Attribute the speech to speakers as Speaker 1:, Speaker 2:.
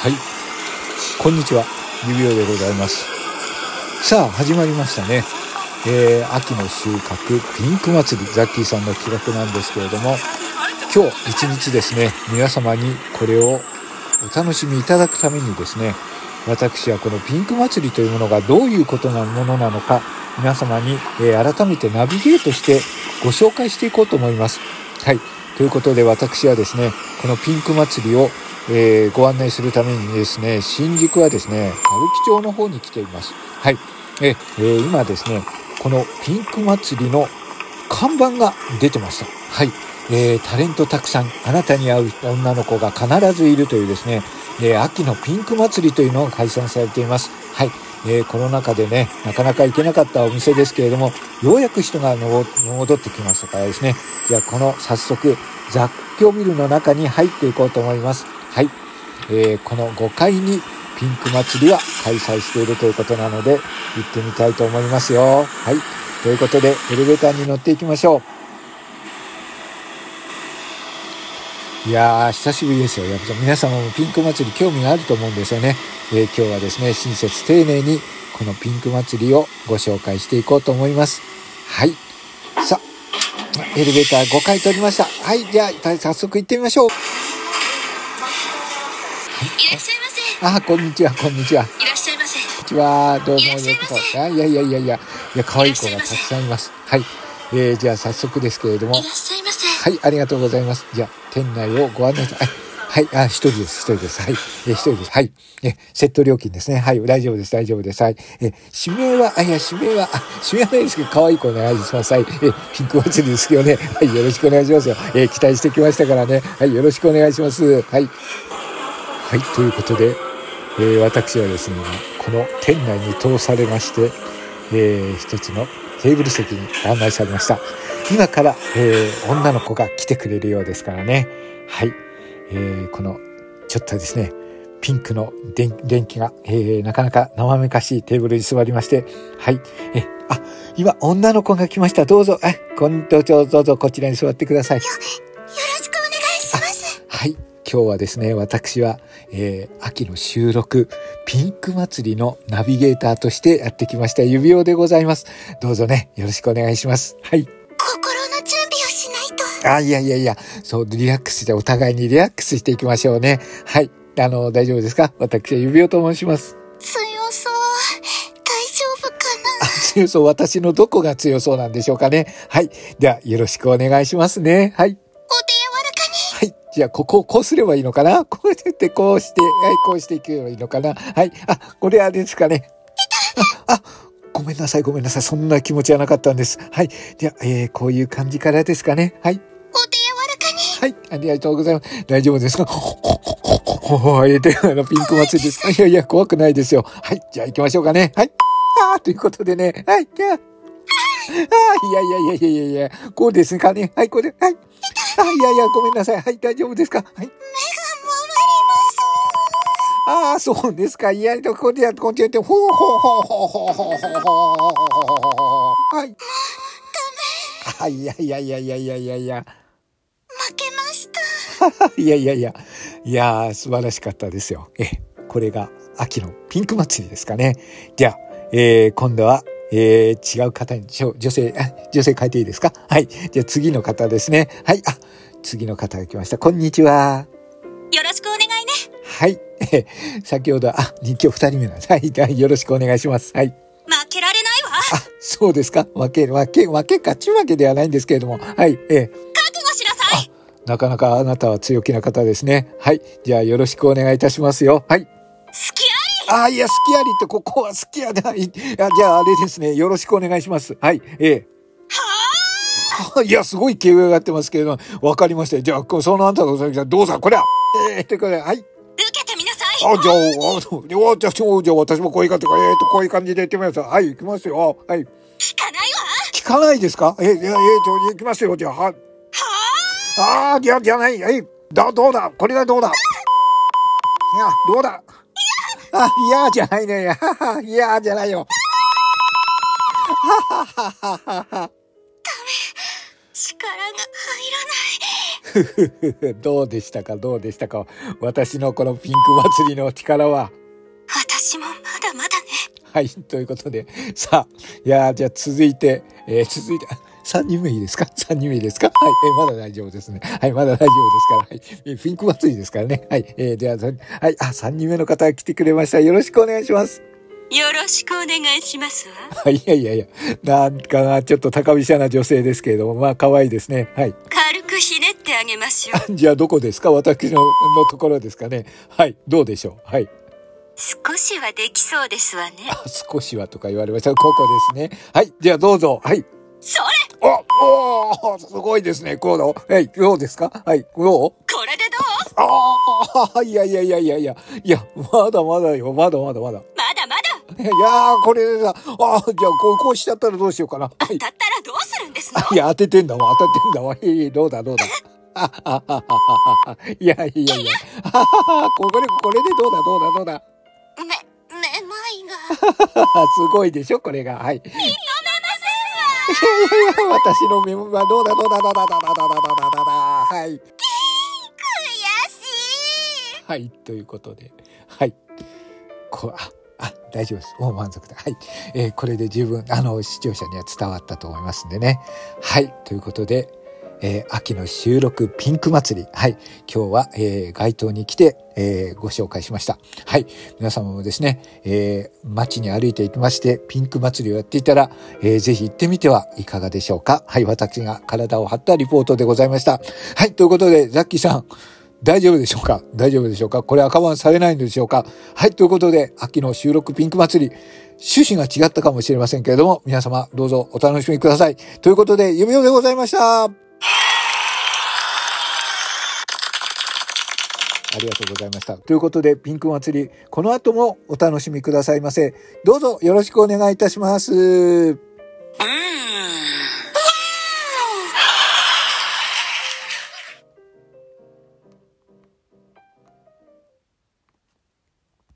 Speaker 1: はい。
Speaker 2: こんにちは、指輪でございます。さあ、始まりましたね。えー、秋の収穫ピンク祭り、ザッキーさんの企画なんですけれども、今日一日ですね、皆様にこれをお楽しみいただくためにですね、私はこのピンク祭りというものがどういうことなものなのか、皆様に、えー改めてナビゲートしてご紹介していこうと思います。はい。ということで私はですね、このピンク祭りを、えーご案内するためにですね、新宿はですね、歌舞伎町の方に来ています。はい。えー今ですね、このピンク祭りの看板が出てました。はい。えータレントたくさん、あなたに会う女の子が必ずいるというですね、えー秋のピンク祭りというのが開催されています。はい。えーコロナ禍でね、なかなか行けなかったお店ですけれども、ようやく人がの戻ってきましたからですね。じゃあ、この早速、雑居ビルの中に入っていこうと思います。はい。えーこの5階にピンク祭りは開催しているということなので、行ってみたいと思いますよ。はい。ということで、エレベーターに乗っていきましょう。いやー、久しぶりですよ。やっぱ皆様もピンク祭り興味があると思うんですよね。えー今日はですね、親切丁寧にこのピンク祭りをご紹介していこうと思います。はい。さあ、エレベーター5回取りました。はい、じゃあ、早速行ってみましょう。
Speaker 3: いらっしゃいませ。い
Speaker 2: あー、こんにちは、こんにちは。
Speaker 3: らっしゃいませ。
Speaker 2: こんにちは。どうも
Speaker 3: い
Speaker 2: よ
Speaker 3: らっしゃいま
Speaker 2: う
Speaker 3: せ
Speaker 2: こそ。あいやいやいやいや、いや、可愛い子がたくさんいます。はい。えー、じゃあ早速ですけれども
Speaker 3: いらっ。しゃいませ。
Speaker 2: はい、ありがとうございます。じゃあ、店内をご案内しはい、はい、あ、一人です、一人です。はい、え、一人です。はい。え、セット料金ですね。はい、大丈夫です、大丈夫です。はい。え、指名は、あ、いや、指名は、あ、指名はないですけど、可愛い子お願いします。はい。え、ピンク祭りですよね。はい、よろしくお願いしますよ。え、期待してきましたからね。はい、よろしくお願いします。はい。はい、ということで、えー私はですね、この店内に通されまして、えー一つのテーブル席に案内されました。今から、えー女の子が来てくれるようですからね。はい。えーこの、ちょっとですね、ピンクの電電気が、えーなかなか生めかしいテーブルに座りまして、はい。え、あ、今、女の子が来ました。どうぞ、あ、こんどうぞ、どうぞ、こちらに座ってください。
Speaker 3: よろしくお願いします。
Speaker 2: はい。今日はですね、私は、えー秋の収録、ピンク祭りのナビゲーターとしてやってきました、指輪でございます。どうぞね、よろしくお願いします。はい。
Speaker 3: 心の準備をしないと。
Speaker 2: あ、いやいやいや、そう、リラックスして、お互いにリラックスしていきましょうね。はい。あの、大丈夫ですか私は指輪と申します。
Speaker 3: 強そう。大丈夫か
Speaker 2: あ強そう、私のどこが強そうなんでしょうかね。はい。では、よろしくお願いしますね。はい。
Speaker 3: なお手柔らかに。
Speaker 2: はい。じゃあ、ここをこうすればいいのかな こうやって、こうして、はい、こうしていけばいいのかなはい。あ、これあれですかね。あ、あ、ごめんなさい、ごめんなさい。そんな気持ちはなかったんです。はい。じゃあ、えー、こういう感じからですかね。はい。
Speaker 3: お手柔らかに。
Speaker 2: はい。ありがとうございます。大丈夫ですか はい。で、あの、ピンク祭りですかいやいや、怖くないですよ。はい。じゃあ行きましょうかね。はい。あーということでね。はい。じゃあ。あーいやいやいやいやいやこうですかね。はい、これ。はい。あーいやいや、ごめんなさい。はい、大丈夫ですかはい。ああ、そうですか。いや、これや、これやって、ほうほうほうほうほうほうほうほうはい。あ、いやいやいやいやいやいやいや。
Speaker 3: 負けました。
Speaker 2: いやいやいや、いやー、素晴らしかったですよ。ええ、これが秋のピンク祭りですかね。じゃあ、えー、今度は、えー、違う方に、ちょ女性、あ女性変えていいですかはい。じゃあ次の方ですね。はい。あ、次の方が来ました。こんにちは。
Speaker 3: よろしくお願いね。
Speaker 2: はい。えー先ほど、あ、日記二人目なんです。はい。はいよろしくお願いします。はい。
Speaker 3: 負けられないわ。
Speaker 2: あ、そうですか負け、負け、負け、勝ち負けではないんですけれども。はい。えー
Speaker 3: 覚悟しなさい。
Speaker 2: なかなかあなたは強気な方ですね。はい。じゃあよろしくお願いいたしますよ。はい。
Speaker 3: 好きあ
Speaker 2: ああ、いや、好きありって、ここは好きやない。いやじゃああれですね。よろしくお願いします。はい。ええ。はあ、いや、すごい気上がってますけれども、わかりました。じゃあ、そのあんたが、じゃあどうぞ、こりゃええということで、はい。
Speaker 3: り。受けてみなさい。
Speaker 2: あ、じゃあ、あそうじゃあ、じゃあそうじゃあ、私もこういう感じで、ええと、こういう感じで言ってみます。はい、行きますよ。はい。
Speaker 3: 聞かないわ。
Speaker 2: 聞かないですかえ、え、え、え、じゃあ行きますよ。じゃあ、は、ああ、じゃあ、じゃあない。え、だ、どうだこれがどうだいや、どうだあ、いやじゃないね。いやは はいやじゃないよ。はははははは。
Speaker 3: 力が入らない。
Speaker 2: ふふふふ どうでしたかどうでしたか私のこのピンク祭りの力は。
Speaker 3: 私もまだまだね。
Speaker 2: はい、ということで、さあ、いやーじゃあ続いて、えー続いて、3人目いいですか ?3 人目いいですかはい、えーまだ大丈夫ですね。はい、まだ大丈夫ですから。はい、えーピンク祭りですからね。はい、えーでは、さんはい、あ、3人目の方が来てくれました。よろしくお願いします。
Speaker 3: よろしくお願いしますわ。
Speaker 2: はい、いやいやいや、なんか、ちょっと高飛車な女性ですけれども、まあ、可愛いですね。はい。
Speaker 3: 軽くひねってあげましょう。
Speaker 2: じゃあ、どこですか私の、のところですかね。はい、どうでしょうはい。
Speaker 3: 少しはできそうですわね。
Speaker 2: あ少しはとか言われました。ここですね。はい、じゃあ、どうぞ。はい。
Speaker 3: それ
Speaker 2: お、おーすごいですね、コード。はい、どうですかはい、どう
Speaker 3: これでどう
Speaker 2: ああ、いやいやいやいやいや、いや、まだまだよ、まだまだまだ。
Speaker 3: まだまだ
Speaker 2: いやー、これさ、ああ、じゃあ、こう、こうしちゃったらどうしようかな。は
Speaker 3: 当
Speaker 2: い。
Speaker 3: たったらどうするんですの
Speaker 2: あいや、当ててんだわ、当たってんだわ。いやいやどうだ、どう だ。あはははは。いやいやいや。 あはははこれ、これでどうだ、どうだ、どうだ。
Speaker 3: め、めまいが。
Speaker 2: ははすごいでしょ、これが。はい。 いやいやいや私のメモはどうだどうだどうだどうだどうだどうだどうだはい。
Speaker 3: 悔
Speaker 2: はい、ということで。はい。こあ、あ、大丈夫です。もう満足だ。はい。えーこれで十分、あの、視聴者には伝わったと思いますんでね。はい、ということで、えー秋の収録ピンク祭り。はい。今日は、えー、街頭に来て、えーご紹介しました。はい。皆様もですね、えー街に歩いていきまして、ピンク祭りをやっていたら、えーぜひ行ってみてはいかがでしょうか。はい。私が体を張ったリポートでございました。はい。ということで、ザッキーさん、大丈夫でしょうか大丈夫でしょうかこれ赤番されないんでしょうかはい。ということで、秋の収録ピンク祭り、趣旨が違ったかもしれませんけれども、皆様どうぞお楽しみください。ということで、指輪でございました。ありがとうございました。ということで、ピンク祭り、この後もお楽しみくださいませ。どうぞよろしくお願いいたします。
Speaker 3: いが。うーん。